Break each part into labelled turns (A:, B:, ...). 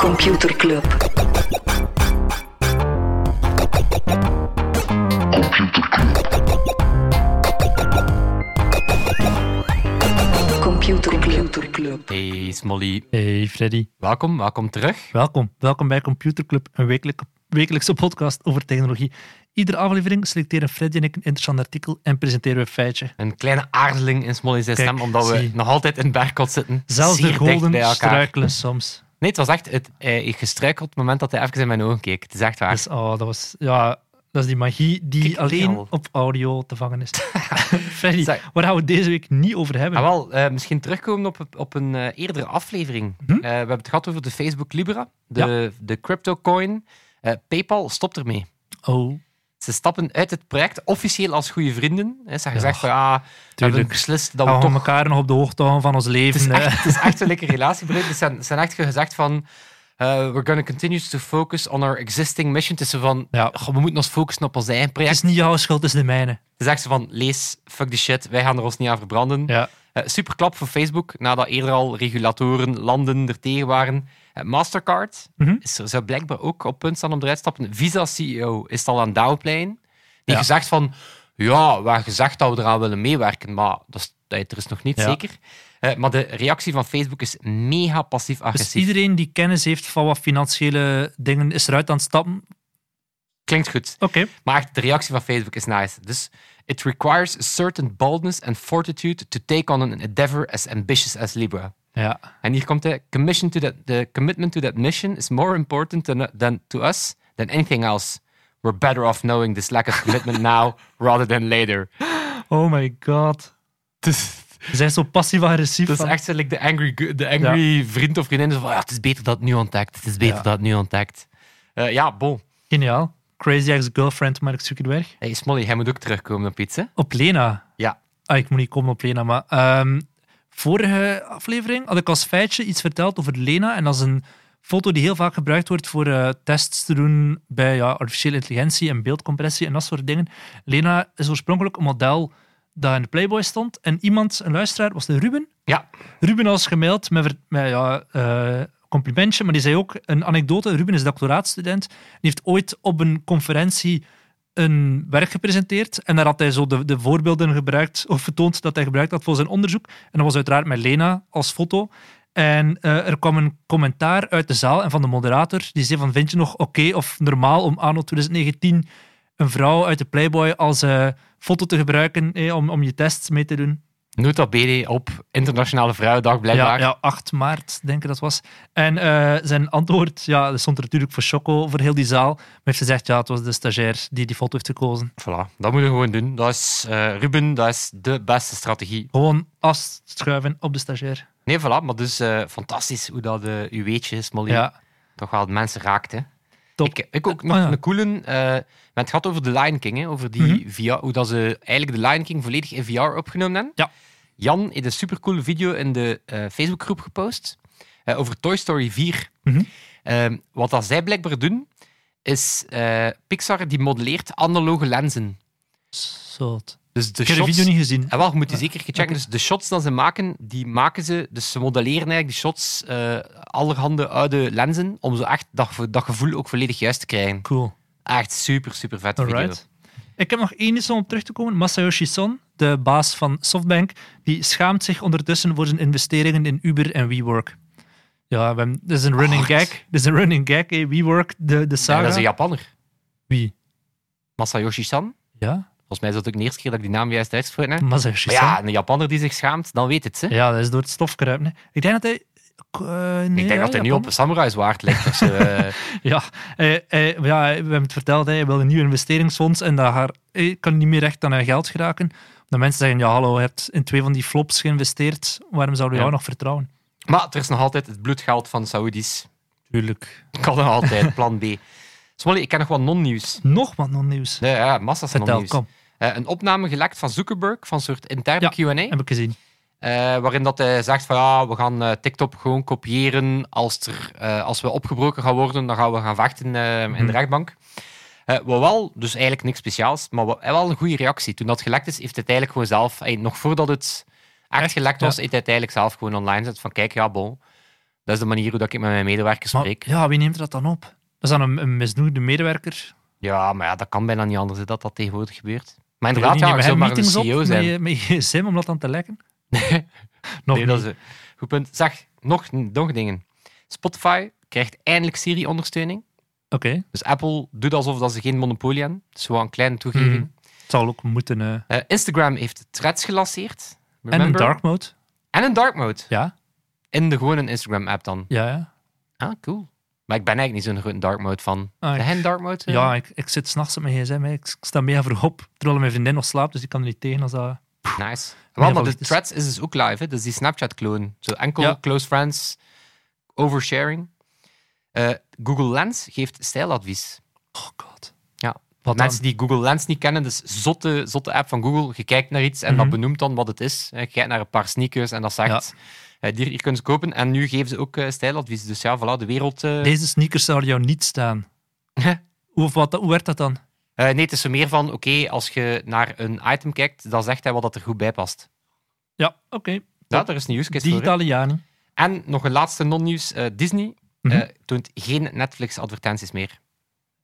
A: Computer Club. Computer Club. Computer Club.
B: Hey Smolly,
C: Hey Freddy,
B: welkom, welkom terug.
C: welkom. Welkom bij Computer Club, een wekelijk, wekelijkse podcast over technologie. Iedere aflevering selecteren Freddy en ik een interessant artikel en presenteren we een feitje.
B: Een kleine aarzeling in Smolly zijn
C: Kijk,
B: stem, omdat we
C: zie.
B: nog altijd in Berkot zitten.
C: Zelfs
B: Zeer
C: de
B: dicht bij
C: golden
B: elkaar.
C: struikelen soms.
B: Nee, het was echt het, eh, gestruikeld moment dat hij even in mijn ogen keek. Het is echt waar.
C: Dus, oh, dat, was, ja, dat is die magie die
B: Kijk, die
C: alleen
B: al.
C: op audio te vangen is. Freddy,
B: Zeg.
C: waar gaan we deze week niet over hebben?
B: Ah, wel, eh, misschien terugkomen op, op een eh, eerdere aflevering.
C: Hm?
B: Eh, we hebben het gehad over de Facebook Libra, de, de cryptocoin. Eh, PayPal stopt ermee.
C: oh,
B: Ze stappen uit het project officieel als goede vrienden. Hè, Ze hebben gezegd van, ah, we hebben
C: tuurlijk.
B: beslist dat we
C: gaan we
B: toch
C: elkaar nog op de hoogte houden van ons leven?
B: Het is
C: hè?
B: echt, het is echt een lekker relatiebreuk. Ze zijn, ze zijn echt gezegd van... eh, we're going to continue to focus on our existing mission. Het is zo van...
C: Ja.
B: "Goh, we moeten ons focussen op ons eigen
C: Het
B: project.
C: is niet jouw schuld, het is de mijne.
B: Ze zegt ze van... Lees, fuck die shit. Wij gaan er ons niet aan verbranden.
C: Ja. Dus
B: Eh, super klap voor Facebook. Nadat eerder al regulatoren, landen er tegen waren. Eh, Mastercard
C: Mhm.
B: is er, zou blijkbaar ook op punt staan om eruit te stappen. Visa-CEO is het al aan het downplayen. Die
C: Ja.
B: gezegd van... Ja, we hebben gezegd dat we eraan willen meewerken. Maar dat is, dat is nog niet
C: Ja.
B: zeker. Eh, maar de reactie van Facebook is mega
C: Dus
B: passief-agressief.
C: iedereen die kennis heeft van wat financiële dingen is eruit aan het stappen.
B: Klinkt goed.
C: Oké.
B: Maar echt, de reactie van Facebook is nice. Dus it requires a certain boldness and fortitude to take on an endeavor as ambitious as Libra.
C: Ja.
B: En hier komt de commission to that, the commitment to that mission is more important than, than to us than anything else. We're better off knowing this lack of commitment now rather than later.
C: Oh my god. Ze zijn zo passief-agressief.
B: Dat is
C: van-
B: echt zo like de angry, gu- de angry vriend of vriendin. Zo van, ja, het is beter dat het nu ontdekt. Het is beter
C: Ja.
B: dat het nu ontdekt. Eh, ja, bon.
C: Geniaal. Crazy ex-girlfriend, maar ik zoek het weg.
B: Hey, Smolly, jij moet ook terugkomen op iets, hè?
C: Op Lena.
B: Ja.
C: Ah, ik moet niet komen op Lena, maar... ehm, vorige aflevering had ik als feitje iets verteld over Lena. En dat is een foto die heel vaak gebruikt wordt voor eh, tests te doen bij ja, artificiële intelligentie en beeldcompressie en dat soort dingen. Lena is oorspronkelijk een model dat in de Playboy stond. En iemand, een luisteraar, was de Ruben.
B: Ja.
C: Ruben was gemaild met, ver- met ja, eh, complimentje, maar die zei ook een anekdote. Ruben is doctoraatstudent. Die heeft ooit op een conferentie een werk gepresenteerd en daar had hij zo de, de voorbeelden gebruikt of vertoond dat hij gebruikt had voor zijn onderzoek. En dat was uiteraard met Lena als foto. En eh, er kwam een commentaar uit de zaal en van de moderator die zei van vind je nog oké of normaal om anno 2019 een vrouw uit de Playboy als eh, foto te gebruiken eh, om, om je tests mee te doen?
B: Nota bene op Internationale Vrouwendag, blijkbaar.
C: Ja, ja, 8 maart, denk ik dat was. En eh, zijn antwoord, ja, dat stond er natuurlijk voor Choco, voor heel die zaal. Maar hij heeft gezegd, ja, het was de stagiair die die foto heeft gekozen.
B: Voilà, dat moeten we gewoon doen. Dat is, eh, Ruben, dat is de beste strategie.
C: Gewoon afschuiven op de stagiair.
B: Nee, voilà, maar dus eh, fantastisch hoe dat eh uw weetje is, Molly.
C: Ja,
B: Toch wel mensen raakt, hè.
C: top.
B: Ik, ik ook nog
C: Ah, ja.
B: een coole... eh, we hebben het gehad over de Lion King, hè, over die
C: Mhm.
B: VR, hoe dat ze eigenlijk de Lion King volledig in VR opgenomen hebben.
C: Ja.
B: Jan heeft een supercoole video in de eh, Facebookgroep gepost eh, over Toy Story 4.
C: Mhm.
B: Ehm, wat dat zij blijkbaar doen, is eh, Pixar die modelleert analoge lenzen.
C: Zot.
B: Dus de
C: Ik heb de
B: shots-
C: video niet gezien.
B: En wel, je moet die
C: Ja,
B: zeker checken.
C: oké.
B: Dus de shots dat ze maken, die maken ze. Dus ze modelleren eigenlijk die shots eh, allerhande oude lenzen. Om zo echt dat, ge- dat gevoel ook volledig juist te krijgen.
C: Cool.
B: Echt super, super vet video.
C: Alright. Ik heb nog één iets om op terug te komen. Masayoshi Son, de baas van SoftBank, die schaamt zich ondertussen voor zijn investeringen in Uber en WeWork. Ja, we hebben- dit is een running
B: Hard.
C: gag. Dit is een running gag, eh, WeWork, de, de
B: Ja,
C: saga.
B: Oh, dat is een Japanner.
C: Wie?
B: Masayoshi-san.
C: Ja,
B: Volgens mij is dat ook de eerste keer dat ik die naam juist uitspreek. hè.
C: Masayoshi
B: Maar
C: Son.
B: ja, een Japanner die zich schaamt, dan weet het ze.
C: Ja, dat is door het stof kruipen. hè. Ik denk dat hij. eh, nee,
B: ik denk
C: ja,
B: dat hij nu
C: Japan.
B: op een samurai zwaard ligt. of zo, eh.
C: Ja, eh, eh, ja, we hebben het verteld. hè, Hij wil een nieuw investeringsfonds en dat haar, hij kan niet meer recht aan haar geld geraken. Dan mensen zeggen: Ja, hallo, je hebt in twee van die flops geïnvesteerd. Waarom zouden we
B: Ja.
C: jou nog vertrouwen?
B: maar er is nog altijd het bloedgeld van de Saoedi's.
C: Tuurlijk.
B: Kan nog altijd, plan B. Smolly, ik ken nog wat non-nieuws.
C: Nog wat non-nieuws.
B: Nee, ja, massa's
C: Vertel,
B: non-nieuws.
C: kom.
B: Eh, een opname gelekt van Zuckerberg, van een soort interne Q&A,
C: Heb ik gezien.
B: eh, waarin dat hij zegt van ja, we gaan eh, TikTok gewoon kopiëren. Als, er, eh, als we opgebroken gaan worden, dan gaan we gaan vechten eh, in de
C: Mhm.
B: rechtbank. Eh, wat wel, dus eigenlijk niks speciaals, maar wat- eh, wel een goede reactie. Toen dat gelekt is, heeft hij het eigenlijk gewoon zelf, eh, nog voordat het echt gelekt was,
C: ja.
B: heeft hij het eigenlijk zelf gewoon online gezet van kijk, ja, bon. Dat is de manier hoe dat ik met mijn medewerkers
C: Maar
B: spreek.
C: ja, wie neemt dat dan op? Dat is dan een, een misnoegde medewerker.
B: Ja, maar ja, dat kan bijna niet anders hè, dat dat tegenwoordig gebeurt. Maar
C: Die
B: inderdaad, ja,
C: nemen
B: ik zou
C: hem
B: maar een
C: meetings op
B: CEO
C: met
B: zijn.
C: je, met je gsm om dat dan te lekken? Nog
B: Nee,
C: niet.
B: dat is een goed punt. Zeg, nog, nog dingen. Spotify krijgt eindelijk Siri-ondersteuning.
C: Oké,
B: Dus Apple doet alsof dat ze geen monopolie hebben. Het is gewoon een kleine toegeving.
C: Mhm. het zal ook moeten... eh,
B: Eh, Instagram heeft threads gelanceerd.
C: En een
B: Remember?
C: dark mode.
B: En een dark mode.
C: Ja,
B: In de gewone Instagram-app dan.
C: ja, ja.
B: Ah, cool. Maar ik ben eigenlijk niet zo'n grote dark mode van.
C: Ah,
B: Zijn
C: ik-
B: jij een dark mode? eh?
C: Ja, ik, ik zit s'nachts op mijn gsm. hè. Ik, ik sta mega vroeg op, terwijl mijn vriendin nog slaapt, dus ik kan er niet tegen als dat...
B: Nice.
C: Nee,
B: Wel, maar
C: dat
B: de
C: is-
B: threads is dus ook live, hè? dus die Snapchat-kloon. Zo enkel
C: Ja.
B: close friends, oversharing. Eh, Google Lens geeft stijladvies.
C: Oh god.
B: Ja.
C: Wat dan?
B: Mensen die Google Lens niet kennen, dus zotte, zotte app van Google. Je kijkt naar iets en
C: Mhm.
B: dat benoemt dan wat het is. Eh, Je kijkt naar een paar sneakers en dat zegt, eh, die hier kunnen ze kopen. En nu geven ze ook eh, stijladvies. Dus ja, voilà, de wereld... eh,
C: Deze sneakers zouden jou niet staan. Hoe, of wat, hoe werd dat dan?
B: Eh, nee, het is zo meer van, oké, als je naar een item kijkt, dan zegt hij wat dat er goed bij past.
C: Ja, oké.
B: Ja, daar is een use case voor, hè.
C: Digitale jaren.
B: En nog een laatste non-nieuws. eh, Disney
C: Mhm.
B: eh, toont geen Netflix-advertenties meer.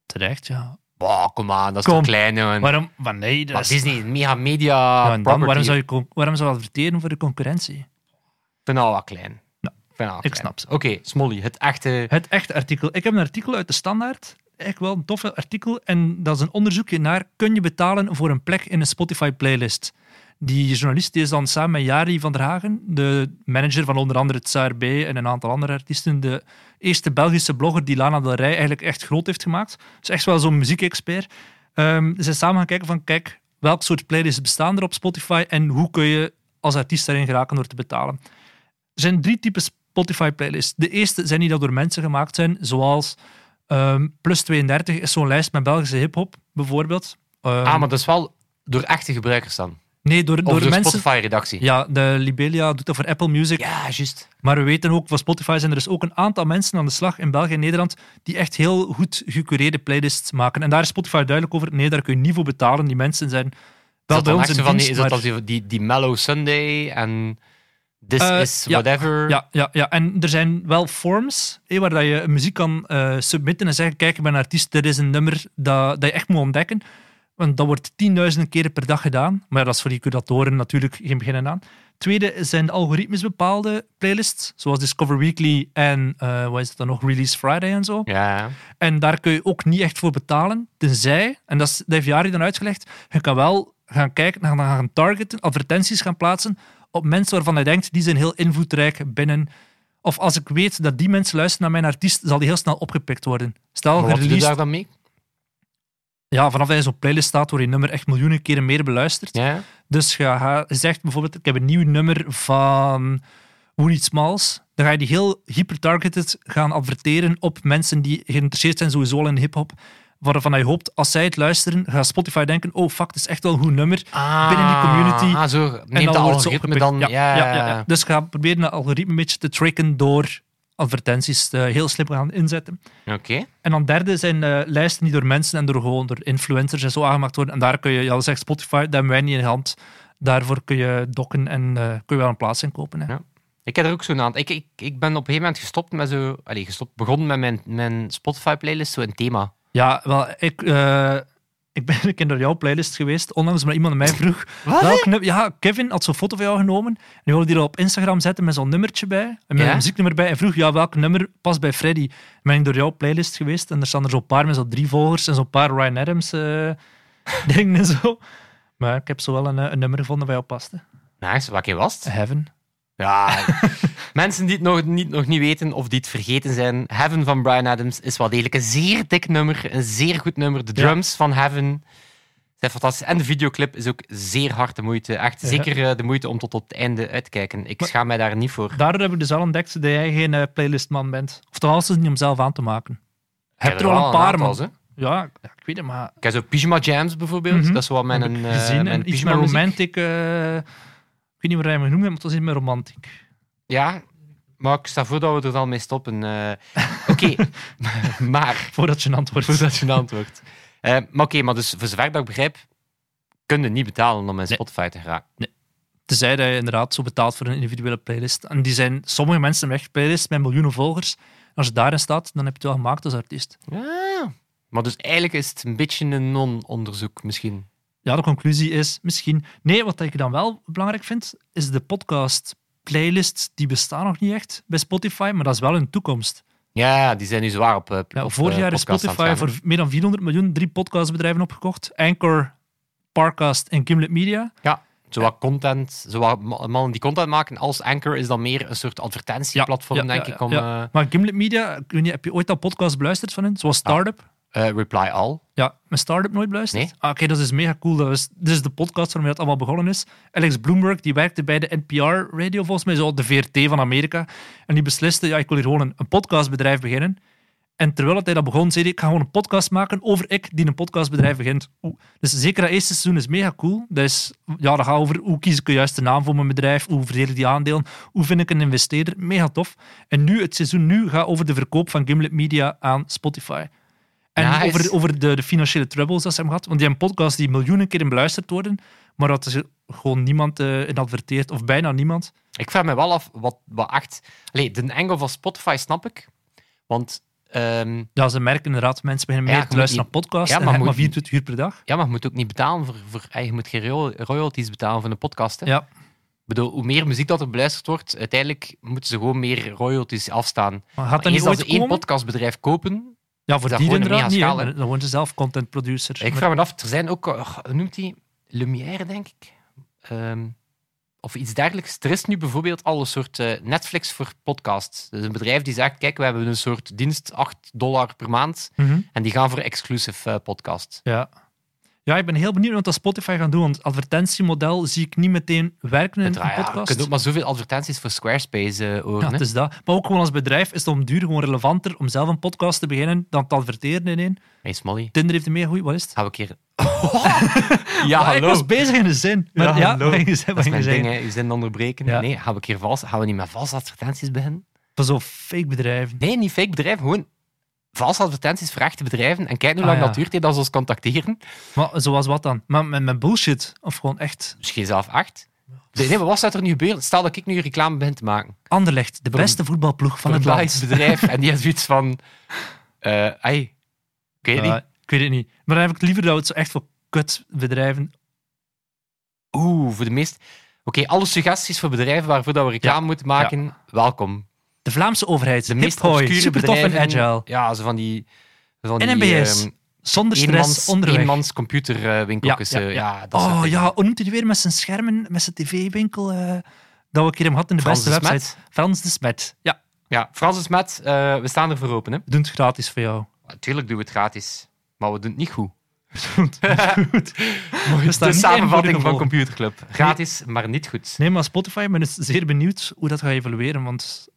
C: Terecht, ja.
B: Wow, kom aan, dat is
C: Kom.
B: toch klein, jongen. Maar
C: Waarom? Maar nee, dat is...
B: Disney is een mega media
C: Ja, en dan, waarom
B: property.
C: zou je con- waarom zou je adverteren voor de concurrentie?
B: Ik vind dat wel klein. Ik vind dat wel
C: ik
B: klein.
C: snap ze.
B: Oké, Smolly, het echte...
C: Het echte artikel. Ik heb een artikel uit de Standaard. Echt wel een toffe artikel. En dat is een onderzoekje naar... Kun je betalen voor een plek in een Spotify-playlist? Die journalist die is dan samen met Jari van der Hagen, de manager van onder andere het CRB en een aantal andere artiesten, de eerste Belgische blogger die Lana Del Rey eigenlijk echt groot heeft gemaakt. Dus echt wel zo'n muziekexpert. Ehm, ze zijn samen gaan kijken van, kijk, welk soort playlists bestaan er op Spotify en hoe kun je als artiest daarin geraken door te betalen. Er zijn drie types Spotify-playlists. De eerste zijn die dat door mensen gemaakt zijn, zoals ehm, Plus 32 is zo'n lijst met Belgische hip-hop, bijvoorbeeld. Ehm,
B: Ah, maar dat is wel door echte gebruikers dan.
C: nee, door,
B: Of
C: door
B: door,
C: mensen...
B: Spotify-redactie. Ja,
C: Ja, de Libelia doet dat voor Apple Music.
B: juist.
C: Maar we weten ook, van Spotify zijn er dus ook een aantal mensen aan de slag in België en Nederland die echt heel goed gecureerde playlists maken. En daar is Spotify duidelijk over. Nee, daar kun je niet voor betalen. Die mensen zijn
B: Is
C: wel
B: dat
C: bij
B: dan
C: ons
B: echt
C: in
B: zo van, die-
C: dienst,
B: is dat
C: maar-
B: als die, die, die Mellow Sunday en This
C: Eh,
B: is
C: ja.
B: whatever?
C: Ja, ja, ja, en er zijn wel forms eh, waar dat je muziek kan eh, submitten en zeggen: Kijk, ik ben een artiest, dit is een nummer dat, dat je echt moet ontdekken. Want dat wordt tienduizenden keren per dag gedaan. Maar ja, dat is voor die curatoren natuurlijk geen begin en aan. Tweede zijn de algoritmes bepaalde playlists, zoals Discover Weekly en eh, wat is het dan nog? Release Friday en zo.
B: Ja.
C: En daar kun je ook niet echt voor betalen, tenzij, en dat, is, dat heeft Jari dan uitgelegd, je kan wel gaan kijken, gaan, gaan targeten, advertenties gaan plaatsen op mensen waarvan hij denkt, die zijn heel invloedrijk binnen. Of als ik weet dat die mensen luisteren naar mijn artiest, zal die heel snel opgepikt worden. Stel,
B: Maar wat doe je
C: gereleased,
B: daar dan mee?
C: ja, vanaf dat je zo'n playlist staat waar je nummer echt miljoenen keren meer beluisterd.
B: Ja.
C: Dus je ga- zegt bijvoorbeeld, ik heb een nieuw nummer van Woody Smalls. Dan ga je die heel hyper-targeted gaan adverteren op mensen die geïnteresseerd zijn sowieso al in hiphop. Waarvan je hoopt, als zij het luisteren, gaat Spotify denken, oh fuck, het is echt wel een goed nummer. binnen die community.
B: Ah, zo neemt dat
C: dan wordt ze
B: algoritme
C: opgepikt.
B: dan...
C: Ja,
B: Ja,
C: ja, ja, ja. Dus ga proberen dat algoritme een beetje te tricken door advertenties eh, heel slim gaan inzetten.
B: Oké.
C: En dan derde zijn eh, lijsten die door mensen en door gewoon door influencers en zo aangemaakt worden. En daar kun je, ja, dat zegt Spotify, dat hebben wij niet in de hand. Daarvoor kun je dokken en eh, kun je wel een plaats in kopen. Hè.
B: Ja. Ik heb er ook zo'n aantal. Ik, ik, ik ben op een gegeven moment gestopt met zo. Allee, gestopt. Begonnen met mijn, mijn Spotify-playlist, zo'n thema.
C: Ja, wel, ik, eh, ik ben een keer naar jouw playlist geweest, onlangs maar iemand mij vroeg. welk nummer- ja, Kevin had zo'n foto van jou genomen. En die wilde die dan op Instagram zetten met zo'n nummertje bij. En met
B: Ja?
C: een muzieknummer bij. En vroeg, ja, welk nummer past bij Freddy? Dan ben ik door jouw playlist geweest. En er staan er zo'n paar met zo'n drie volgers en zo'n paar Ryan Adams eh, dingen en zo. Maar ik heb zo wel een, eh, een nummer gevonden bij jou paste.
B: Nice, welke was het?
C: Heaven.
B: Ja. Mensen die het nog niet, nog niet weten of die het vergeten zijn, Heaven van Brian Adams is wel degelijk een zeer dik nummer. Een zeer goed nummer. De
C: Ja.
B: drums van Heaven zijn fantastisch. En de videoclip is ook zeer hard de moeite. Echt
C: Ja.
B: zeker eh, de moeite om tot op het einde uit te kijken. Ik
C: Maar-
B: schaam mij daar niet voor.
C: Daardoor heb ik dus al ontdekt dat jij geen eh, playlistman bent. Of toch alles niet om zelf aan te maken.
B: Ik
C: Heb er al een
B: aantal,
C: paar, man.
B: hè.
C: Ja, ik- ja, ik weet het, maar...
B: Ik heb zo Pyjama Jams bijvoorbeeld.
C: Mhm.
B: Dat is wel mijn,
C: heb ik
B: eh,
C: gezien. en
B: mijn
C: iets
B: pyjama
C: meer
B: muziek.
C: romantic. eh, ik weet niet waar hij me genoemd hebt, maar het was iets meer romantiek.
B: Ja, maar ik stel voor dat we er dan mee stoppen. eh. Oké, maar.
C: Voordat je een antwoord
B: Voordat je een antwoord. Eh, maar oké, maar dus voor zover dat ik begrijp, kun je niet betalen om in
C: Nee.
B: Spotify te geraken.
C: Nee. Tenzij dat je inderdaad zo betaalt voor een individuele playlist. En die zijn sommige mensen weg playlist met miljoenen volgers. Als je daarin staat, dan heb je het wel gemaakt als artiest.
B: Ah. Maar dus eigenlijk is het een beetje een non-onderzoek misschien.
C: Ja, de conclusie is misschien. Nee, wat ik dan wel belangrijk vind, is de podcast playlist. Die bestaan nog niet echt bij Spotify, maar dat is wel een toekomst.
B: Ja, die zijn nu zwaar op. eh, p-
C: Ja,
B: op,
C: vorig
B: eh,
C: jaar is
B: podcasts aan het
C: Spotify
B: gaan.
C: voor meer dan 400 miljoen drie podcastbedrijven opgekocht. Anchor, Parcast en Gimlet Media.
B: Ja, zowel content, zowel ma- mannen die content maken als Anchor is dan meer een soort advertentieplatform,
C: Ja, ja,
B: denk
C: ja,
B: ik. Om,
C: ja. Maar Gimlet Media, ik weet niet, heb je ooit al podcast beluisterd van hen? Zoals Startup?
B: eh, eh, reply All.
C: Ja, mijn Startup nooit beluisterd?
B: Nee.
C: Ah, Oké, dat is mega cool. Dat is, dit is de podcast waarmee dat allemaal begonnen is. Alex Bloomberg, die werkte bij de NPR Radio, volgens mij zo de VRT van Amerika. En die besliste, ja, ik wil hier gewoon een, een podcastbedrijf beginnen. En terwijl dat hij dat begon, zei hij, ik ga gewoon een podcast maken over ik die een podcastbedrijf begint. Oeh. Dus zeker dat eerste seizoen is mega cool. Dat, is, ja, dat gaat over hoe kies ik de juiste naam voor mijn bedrijf, hoe verdeel ik die aandelen, hoe vind ik een investeerder. Mega tof. En nu, het seizoen nu, gaat over de verkoop van Gimlet Media aan Spotify. En
B: Nice.
C: over, over de, de financiële troubles dat ze hebben gehad. Want die hebben podcasts die miljoenen keren beluisterd worden, maar dat is gewoon niemand eh, in adverteert, of bijna niemand.
B: Ik vraag me wel af wat, wat echt. Allee, de angle van Spotify snap ik. Want ehm,
C: Ja, ze merken inderdaad, mensen beginnen
B: Ja,
C: meer
B: je
C: te
B: moet
C: luisteren
B: niet-
C: naar podcasts
B: Ja,
C: en
B: maar
C: maar, maar
B: moet-
C: 24 uur per dag.
B: ja, maar je moet ook niet betalen voor, voor eh, je moet geen royal- royalties betalen voor een podcast. Hè?
C: Ja,
B: Ik bedoel, hoe meer muziek dat er beluisterd wordt, uiteindelijk moeten ze gewoon meer royalties afstaan.
C: maar gaat dat
B: Eens
C: niet
B: dat
C: ooit
B: ze één
C: komen?
B: podcastbedrijf kopen.
C: Ja, voor
B: dat
C: die
B: gewoon een
C: inderdaad niet. hè.
B: megaschaal, hè?
C: Dan worden ze zelf content producer.
B: Ik vraag me af, er zijn ook, eh, hoe noemt die? Lumière, denk ik. Ehm, of iets dergelijks. Er is nu bijvoorbeeld al een soort eh, Netflix voor podcasts. Dus een bedrijf die zegt, kijk, we hebben een soort dienst, 8 dollar per maand.
C: Mhm.
B: En die gaan voor exclusive eh, podcasts.
C: Ja. Ja, ik ben heel benieuwd wat dat Spotify gaat doen, want het advertentiemodel zie ik niet meteen werken in een
B: Uiteraard, ja, je
C: podcast.
B: kunt ook maar zoveel advertenties voor Squarespace eh horen.
C: Ja,
B: hè.
C: het is dat. Maar ook gewoon als bedrijf is het om duur gewoon relevanter om zelf een podcast te beginnen dan te adverteren in één.
B: Hey, Smolly,
C: Tinder heeft een mega goeie, wat is het?
B: gaan we een keer... ja,
C: Ah, ik
B: hallo.
C: was bezig in de zin. Maar, ja,
B: hallo.
C: wat ging je zeggen,
B: Dat is
C: wat
B: mijn
C: ging je
B: ding,
C: zeggen?
B: hè. je zin onderbreken.
C: Ja.
B: Nee, gaan we, een keer vals, gaan we niet met vals advertenties beginnen?
C: Van zo'n fake bedrijven.
B: Nee, niet fake bedrijven. Gewoon valse advertenties voor echte bedrijven. En kijk hoe
C: Ah,
B: lang
C: ja.
B: dat duurt eer dat ze ons contacteren.
C: Maar zoals wat dan? Maar met, met bullshit? Of gewoon echt?
B: Misschien Dus zelf acht. Nee, nee, maar wat zou er nu gebeuren? Stel dat ik nu reclame begin te maken
C: Anderlecht, de beste voetbalploeg van
B: voor
C: het
B: een Belgisch
C: land.
B: bedrijf. En die heeft zoiets van... eh ai, ik weet
C: Ja,
B: niet.
C: ik weet het niet. Maar dan heb ik het liever dat we het zo echt voor kutbedrijven
B: Oeh, voor de meest... Oké, alle suggesties voor bedrijven waarvoor dat we reclame moeten maken, welkom.
C: De Vlaamse overheid.
B: De meest
C: Hip-hoi,
B: obscure
C: supertof en
B: bedrijven.
C: agile.
B: Ja, zo van die... Van die,
C: NMBS,
B: ehm,
C: zonder stress,
B: eenmans,
C: onderweg.
B: eenmans computerwinkeltjes.
C: Ja,
B: Ja,
C: ja,
B: ja,
C: ja.
B: dat soort
C: oh
B: dingen.
C: ja, hoe noemt hij die weer met zijn schermen, met zijn tv-winkel? eh, dat we een keer hem hadden in de
B: Frans
C: beste
B: de Smet?
C: website. Frans de Smet. Ja,
B: Ja, Francis Met, eh, we staan er voor open, hè.
C: we doen het gratis voor jou.
B: Natuurlijk doen we het gratis, maar we doen het niet goed.
C: Goed.
B: De
C: staan niet in voor de
B: samenvatting van
C: gevolgen.
B: Computerclub. Gratis, maar niet goed.
C: Nee, maar Spotify, ik ben dus zeer benieuwd hoe dat gaat evolueren, want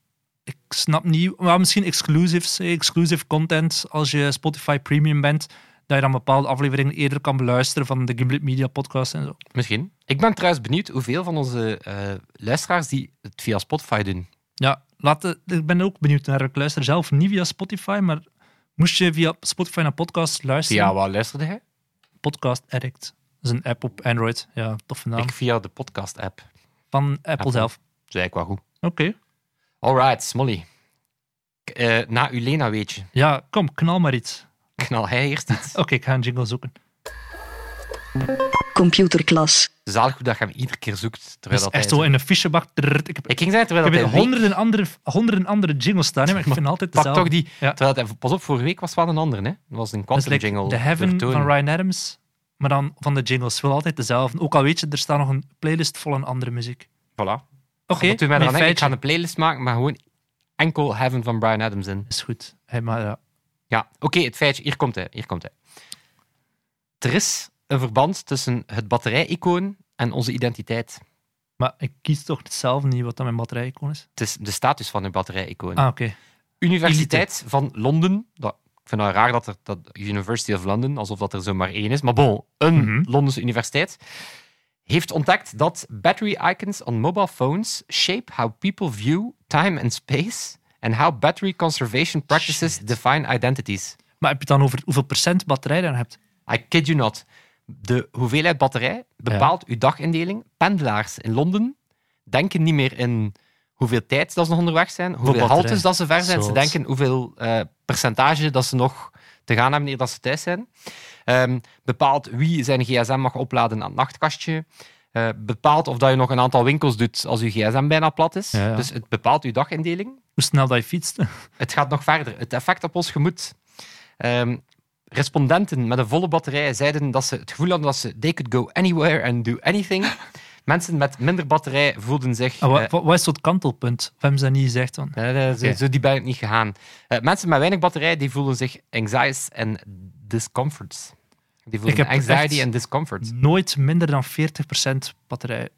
C: ik snap niet... Maar misschien exclusives, eh, exclusive content, als je Spotify Premium bent, dat je dan bepaalde afleveringen eerder kan beluisteren van de Gimlet Media podcast en zo.
B: Misschien. Ik ben trouwens benieuwd hoeveel van onze eh, luisteraars die het via Spotify doen.
C: Ja, laat de- ik ben ook benieuwd naar. Ik luister zelf niet via Spotify, maar moest je via Spotify naar podcasts luisteren?
B: Via wat luisterde jij?
C: Podcast Addict. Dat is een app op Android. Ja, toffe naam.
B: Ik via de podcast-app. Dat
C: Van Apple, zelf.
B: is eigenlijk wel goed.
C: Oké.
B: Alright, Smolly. K- eh, na Ulena weet je.
C: Ja, kom, knal maar iets.
B: Knal hij eerst iets.
C: Oké, ik ga een jingle zoeken.
A: computerklas,
B: Zalig hoe dat je hem iedere keer zoekt.
C: Dat
B: Terwijl
C: is
B: dat
C: echt
B: hij
C: zo in een fichebak. Trrrt. Ik heb,
B: Ik ging zeggen,
C: ik
B: terwijl dat
C: heb
B: hij
C: hier
B: week-
C: honderden andere, honderden andere jingles staan, hè, maar ik vind altijd
B: Pak toch
C: dezelfde.
B: die.
C: Ja.
B: Terwijl dat hij, pas op, vorige week was het wel een andere. Hè? Dat was een
C: Dat is
B: quantum
C: like
B: jingle.
C: de Heaven
B: door Toon.
C: van Ryan Adams, maar dan van de jingles. Wel altijd dezelfde. Ook al weet je, er staat nog een playlist vol aan andere muziek.
B: Voilà.
C: Oké,
B: Wat doet mij
C: mijn
B: eraan denken? Ik
C: feitje.
B: ga een playlist maken, maar gewoon enkel Heaven van Brian Adams in.
C: Is goed. Hey, maar ja.
B: Ja, oké, het feitje. Hier komt hij. Hier komt hij. Er is een verband tussen het batterij-icoon en onze identiteit.
C: Maar ik kies toch zelf niet wat dan mijn batterijicoon is?
B: Het is de status van een batterij-icoon.
C: Ah, oké.
B: Universiteit van Londen. Dat, ik vind het raar dat er dat University of London, alsof dat er zo maar één is. Maar bon, een
C: Mhm.
B: Londense universiteit heeft ontdekt dat battery icons on mobile phones shape how people view time and space and how battery conservation practices define identities.
C: Maar heb je het dan over hoeveel procent batterij je dan hebt?
B: I kid you not. De hoeveelheid batterij bepaalt uw dagindeling. Pendelaars in Londen denken niet meer in hoeveel tijd dat ze nog onderweg zijn, hoeveel
C: batterij.
B: haltes dat ze ver zijn. Ze
D: Zot.
B: denken hoeveel eh, percentage dat ze nog te gaan hebben wanneer dat ze thuis zijn. Ehm, bepaalt wie zijn gsm mag opladen aan het nachtkastje. Eh, bepaalt of dat je nog een aantal winkels doet als je gsm bijna plat is.
C: Ja, ja.
B: Dus het bepaalt uw dagindeling.
C: Hoe snel dat je fietst. Ah,
B: Het gaat nog verder. Het effect op ons gemoed. Ehm, respondenten met een volle batterij zeiden dat ze het gevoel hadden dat ze they could go anywhere and do anything. Mensen met minder batterij voelden zich...
C: En
B: eh,
C: Ah, wat, wat, wat is dat kantelpunt? Of hebben ze dat niet gezegd dan?
B: Nee, nee, zo,
C: Oké.
B: zo die ben ik niet gegaan. Eh, mensen met weinig batterij die voelen zich anxieties en discomforts. Die voelen
C: Ik heb
B: anxiety
C: echt-
B: en discomfort.
C: Nooit minder dan 40% batterij.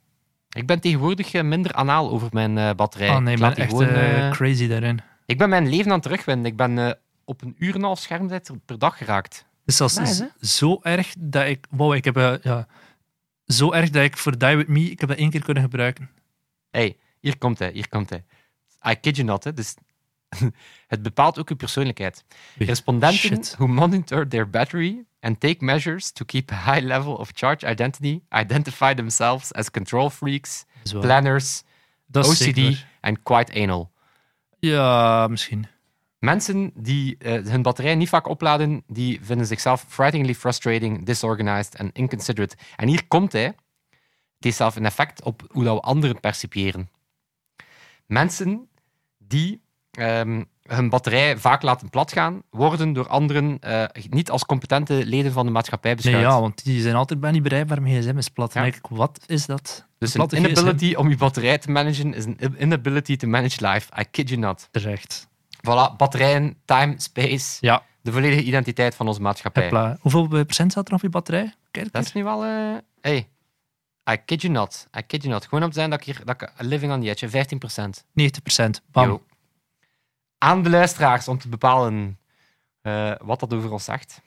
B: Ik ben tegenwoordig eh, minder anaal over mijn eh, batterij.
C: Ah nee,
B: ik,
C: ik
B: laat
C: ben
B: die
C: echt
B: gewoon,
C: eh,
B: eh,
C: crazy daarin.
B: ik ben mijn leven aan het terugwinnen. Ik ben eh, op een uur en een half schermtijd per dag geraakt.
C: Dus dat is
B: Nice,
C: z- zo erg dat ik... Wow, ik heb... eh, ja, zo erg dat ik voor Die With Me... Ik heb dat één keer kunnen gebruiken.
B: hey, hier komt hij, hier komt hij. I kid you not, hè. Dus het bepaalt ook uw persoonlijkheid. Respondenten
C: Shit.
B: who monitor their battery and take measures to keep a high level of charge identity identify themselves as control freaks,
C: Is wel-
B: planners,
C: dat is sick,
B: OCD
C: hoor.
B: en quite anal.
C: Ja, misschien.
B: Mensen die eh, hun batterij niet vaak opladen, die vinden zichzelf frighteningly frustrating, disorganized en inconsiderate. En hier komt hij. Het heeft zelf een effect op hoe dat we anderen percipiëren. Mensen die ehm, hun batterij vaak laten platgaan, worden door anderen eh, niet als competente leden van de maatschappij
C: Nee,
B: beschouwd.
C: ja, want die zijn altijd bijna niet bereikbaar. Mijn gsm is plat.
B: Dus Ja.
C: En ik, wat is dat?
B: dus een
C: platte gsm.
B: inability om je batterij te managen is een inability to manage life. I kid you not.
C: Terecht.
B: Voilà, batterijen, time, space,
C: Ja,
B: de volledige identiteit van onze maatschappij.
C: hepla. Hoeveel procent zat er op je batterij? Kijk,
B: Dat is nu wel... eh Hey, I kid you not. I kid you not. Gewoon om te zijn dat ik hier... Dat ik living on the edge, 15%.
C: 90%. Bam.
B: Yo. Aan de luisteraars om te bepalen eh, wat dat over ons zegt.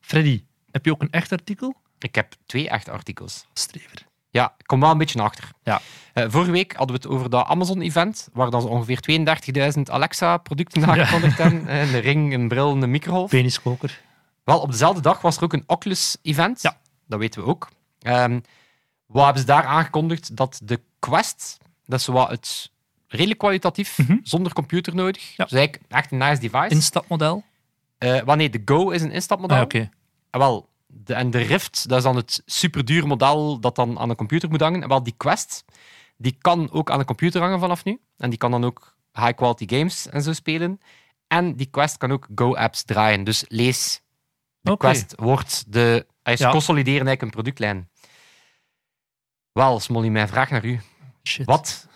C: Freddy, heb je ook een echt artikel?
B: Ik heb twee echte artikels.
C: Strever.
B: Ja, ik kom wel een beetje achter.
C: Ja.
B: Eh, vorige week hadden we het over dat Amazon-event, waar dan zo ongeveer 32.000 Alexa-producten
C: Ja.
B: aangekondigd hebben. Eh, Een ring, een bril, een microgolf.
C: Peniskoker.
B: Wel, op dezelfde dag was er ook een Oculus-event.
C: Ja.
B: Dat weten we ook. Ehm, wat hebben ze daar aangekondigd? Dat de Quest, dat is zowat het redelijk kwalitatief,
C: Mhm.
B: zonder computer nodig.
C: Ja.
B: Dus eigenlijk echt een nice device.
C: Instapmodel.
B: Eh, wel, nee, de Go is een instapmodel.
C: Ah, oké.
B: Ah, wel, de, en de Rift, dat is dan het superduur model dat dan aan de computer moet hangen. En wel, die Quest, die kan ook aan de computer hangen vanaf nu. En die kan dan ook high-quality games en zo spelen. En die Quest kan ook Go-apps draaien. Dus lees de
C: Oké.
B: Quest wordt de... Hij is
C: Ja.
B: consolideren eigenlijk een productlijn. Wel, Smolly, mijn vraag naar u.
C: Shit.
B: Wat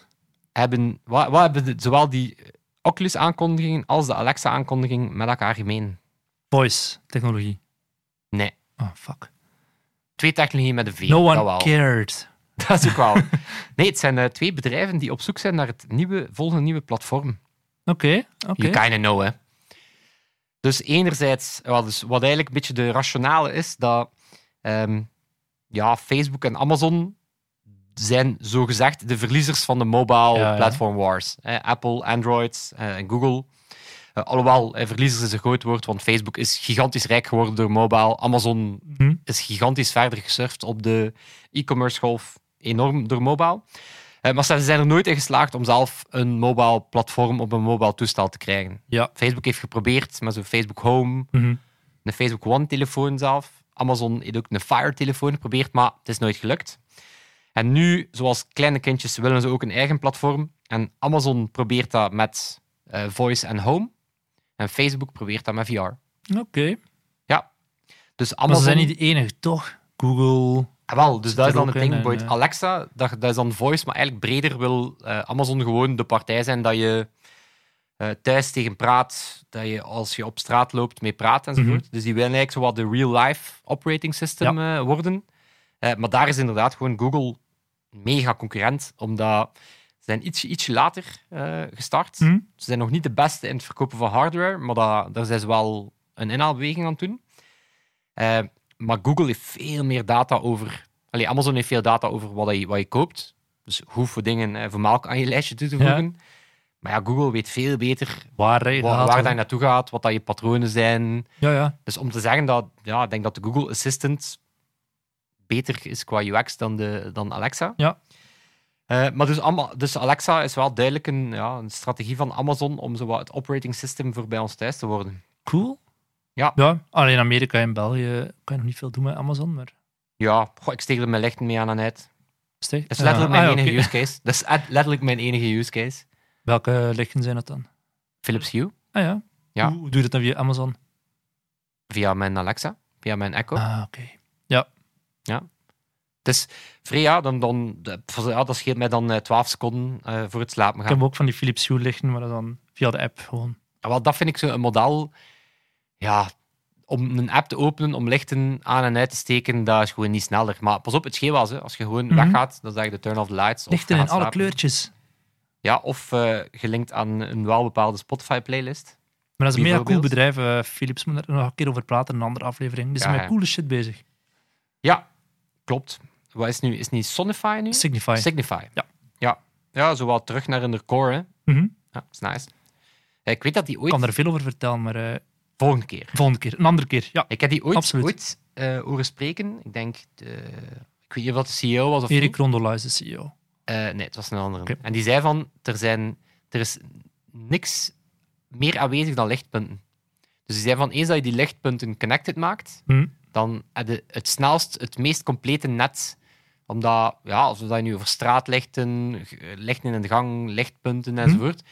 B: hebben, wat, wat hebben de- zowel die Oculus-aankondiging als de Alexa-aankondiging met elkaar gemeen?
C: Voice technologie.
B: Nee.
C: Oh, fuck.
B: Twee technologieën met een V.
C: No
B: dat
C: one
B: wel.
C: cared.
B: Dat is ook wel. Nee, het zijn eh, twee bedrijven die op zoek zijn naar het nieuwe, volgende nieuwe platform.
C: Oké,
B: Je
C: oké.
B: You kinda know, hè. Dus enerzijds, wat, dus, wat eigenlijk een beetje de rationale is, dat ehm, ja, Facebook en Amazon zijn zogezegd de verliezers van de mobile
C: Ja, ja.
B: platform wars. Eh, Apple, Android eh, en Google. Eh, alhoewel, eh, verliezers is een groot woord, want Facebook is gigantisch rijk geworden door mobile. Amazon
C: Mhm.
B: is gigantisch verder gesurfd op de e-commerce golf, enorm door mobile. Eh, maar ze zijn er nooit in geslaagd om zelf een mobile platform op een mobile toestel te krijgen.
C: Ja.
B: Facebook heeft geprobeerd met zo'n Facebook Home,
C: Mhm.
B: een Facebook One-telefoon zelf. Amazon heeft ook een Fire-telefoon geprobeerd, maar het is nooit gelukt. En nu, zoals kleine kindjes, willen ze ook een eigen platform. En Amazon probeert dat met eh, Voice en Home. En Facebook probeert dat met VR.
C: Oké.
B: Dus
C: Maar ze
B: Amazon...
C: zijn niet de enige, toch? Google.
B: Ah, wel, dus
C: Zit
B: dat is
C: er
B: dan
C: ook
B: het ding.
C: in en,
B: Boyd.
C: eh,
B: Alexa, dat, dat is dan voice, maar eigenlijk breder wil eh, Amazon gewoon de partij zijn dat je eh, thuis tegen praat, dat je als je op straat loopt mee praat enzovoort.
C: Mhm.
B: Dus die willen eigenlijk zowat de real-life operating system eh, worden. Eh, maar daar is inderdaad gewoon Google mega concurrent, omdat ze zijn ietsje, ietsje later eh, gestart.
C: Mhm.
B: Ze zijn nog niet de beste in het verkopen van hardware, maar dat, daar zijn ze wel een inhaalbeweging aan het doen. Eh, maar Google heeft veel meer data over... Allee, Amazon heeft veel data over wat je, wat je koopt. Dus hoeveel dingen eh, voor melk aan je lijstje toe te voegen. Maar ja, Google weet veel beter
C: Waar rij je
B: waar,
C: gaat,
B: waar
C: hoor.
B: dat je naartoe gaat, wat dat je patronen zijn.
C: Ja, ja.
B: Dus om te zeggen dat... Ja, ik denk dat de Google Assistant beter is qua UX dan, de, dan Alexa.
C: Ja.
B: Eh, maar dus, Ama- dus Alexa is wel duidelijk een, ja, een strategie van Amazon om zo wat het operating system voor bij ons thuis te worden.
C: Cool.
B: Ja.
C: ja. Alleen in Amerika en België kan je nog niet veel doen met Amazon, maar...
B: Ja, goh, ik steek er mijn licht mee aan en uit.
C: Steek.
B: Dat is letterlijk
C: Ah,
B: mijn
C: ja,
B: enige
C: oké.
B: use case. Dat is ed- letterlijk mijn enige use case.
C: Welke lichten zijn dat dan?
B: Philips Hue,
C: Ah ja.
B: Ja.
C: Hoe, hoe doe je dat dan via Amazon?
B: via mijn Alexa, via mijn Echo.
C: Ah, oké.
B: Dus vrij, ja, dan, dan, ja, dat scheelt mij dan eh, 12 seconden eh, voor het slapen gaan.
C: Ik heb ook van die Philips Hue lichten, maar dat dan via de app gewoon.
B: Ja, Wel, dat vind ik zo'n model. Ja, om een app te openen, om lichten aan en uit te steken, dat is gewoon niet sneller. Maar pas op, het scheelt wel eens, hè. Als je gewoon
C: Mhm.
B: weggaat, dan zeg je de turn off the lights. of
C: Lichten
B: je
C: in
B: gaat
C: alle
B: slapen.
C: kleurtjes.
B: Ja, of eh, gelinkt aan een wel bepaalde Spotify-playlist.
C: Maar dat is een mega cool
B: Bijvoorbeeld.
C: bedrijf, eh, Philips. Moet daar nog een keer over praten in een andere aflevering. Die is
B: Ja,
C: met
B: ja.
C: coole shit bezig.
B: Ja, klopt. Wat is het nu? Is het niet Sonify nu?
C: Signify.
B: Signify.
C: Ja.
B: Ja, ja zowel terug naar in de core, hè.
C: Mhm.
B: Ja, dat is nice. Eh, Ik weet dat die
C: Ik
B: ooit...
C: kan daar veel over vertellen, maar eh,
B: Volgende keer.
C: volgende keer. Een andere keer. Ja.
B: Ik heb die ooit,
C: Absoluut.
B: ooit eh, horen spreken. Ik denk... de- ik weet niet of dat de CEO was of niet.
C: Erik Rondola is de E CEO.
B: Eh, nee, het was een andere.
C: Oké.
B: En die zei van, er, zijn, er is niks meer aanwezig dan lichtpunten. Dus die zei van, eens dat je die lichtpunten connected maakt,
C: Hm.
B: dan heb je het snelst, het meest complete net. Omdat, ja, als we dat nu over straatlichten, g- lichten in de gang, lichtpunten enzovoort,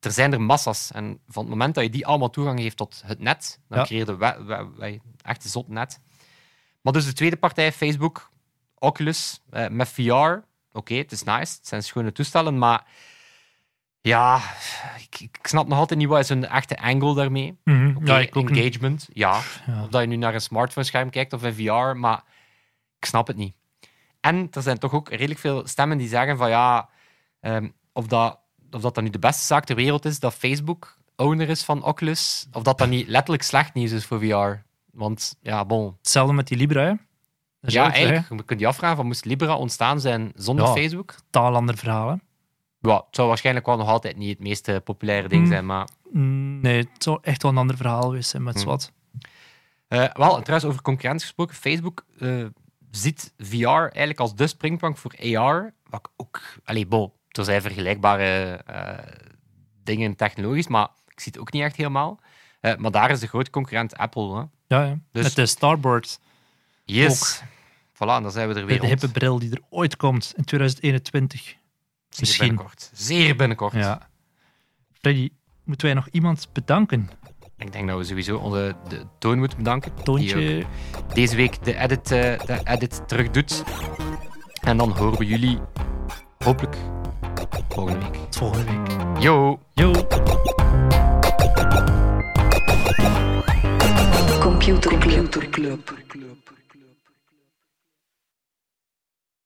B: er zijn er massas. En van het moment dat je die allemaal toegang geeft tot het net, dan
C: Ja.
B: creëer je we- we- we- echt een zot net. Maar dus de tweede partij, Facebook, Oculus, eh, met VR, oké, het is nice, het zijn schone toestellen, maar ja, ik, ik snap nog altijd niet wat is hun echte angle daarmee.
C: Mhm.
B: Oké,
C: ja, ik ook niet.
B: engagement, ja.
C: Ja.
B: Of dat je nu naar een smartphone-scherm kijkt of een VR, maar ik snap het niet. En er zijn toch ook redelijk veel stemmen die zeggen van ja, ehm, of, dat, of dat dan nu de beste zaak ter wereld is dat Facebook owner is van Oculus, of dat dat niet letterlijk slecht nieuws is voor VR. Want ja, bon,
C: Hetzelfde met die Libra, hè. Dat is
B: ja,
C: ook, hè.
B: eigenlijk. Je kunt je afvragen, van, moest Libra ontstaan zijn zonder
C: Ja.
B: Facebook?
C: Totaal ander verhaal, hè.
B: Ja, het zou waarschijnlijk wel nog altijd niet het meest eh, populaire ding
C: Hmm.
B: zijn, maar...
C: Mm, Nee, het zou echt wel een ander verhaal geweest zijn, maar het is
B: Hm.
C: wat.
B: eh, wel, trouwens, over concurrentie gesproken. Facebook eh, ziet VR eigenlijk als de springplank voor AR. Wat ik ook... Allee, bon, er zijn vergelijkbare eh, dingen technologisch, maar ik zie het ook niet echt helemaal. Eh, maar daar is de grote concurrent Apple. Hè.
C: Ja, ja.
B: Dus-
C: Met de Starboard,
B: Yes. Voilà, en dan zijn we er weer
C: de hippe
B: rond.
C: bril die er ooit komt in 2021.
B: Zeer
C: misschien.
B: binnenkort. Zeer binnenkort.
C: Ja. Freddy, moeten wij nog iemand bedanken?
B: Ik denk dat we sowieso onze de Toon moeten bedanken. die ook
C: Toontje.
B: deze week de edit, eh, de edit terug doet. En dan horen we jullie hopelijk volgende week.
C: Tot volgende week.
B: Yo!
C: Yo.
A: Computer Club. Computer Club.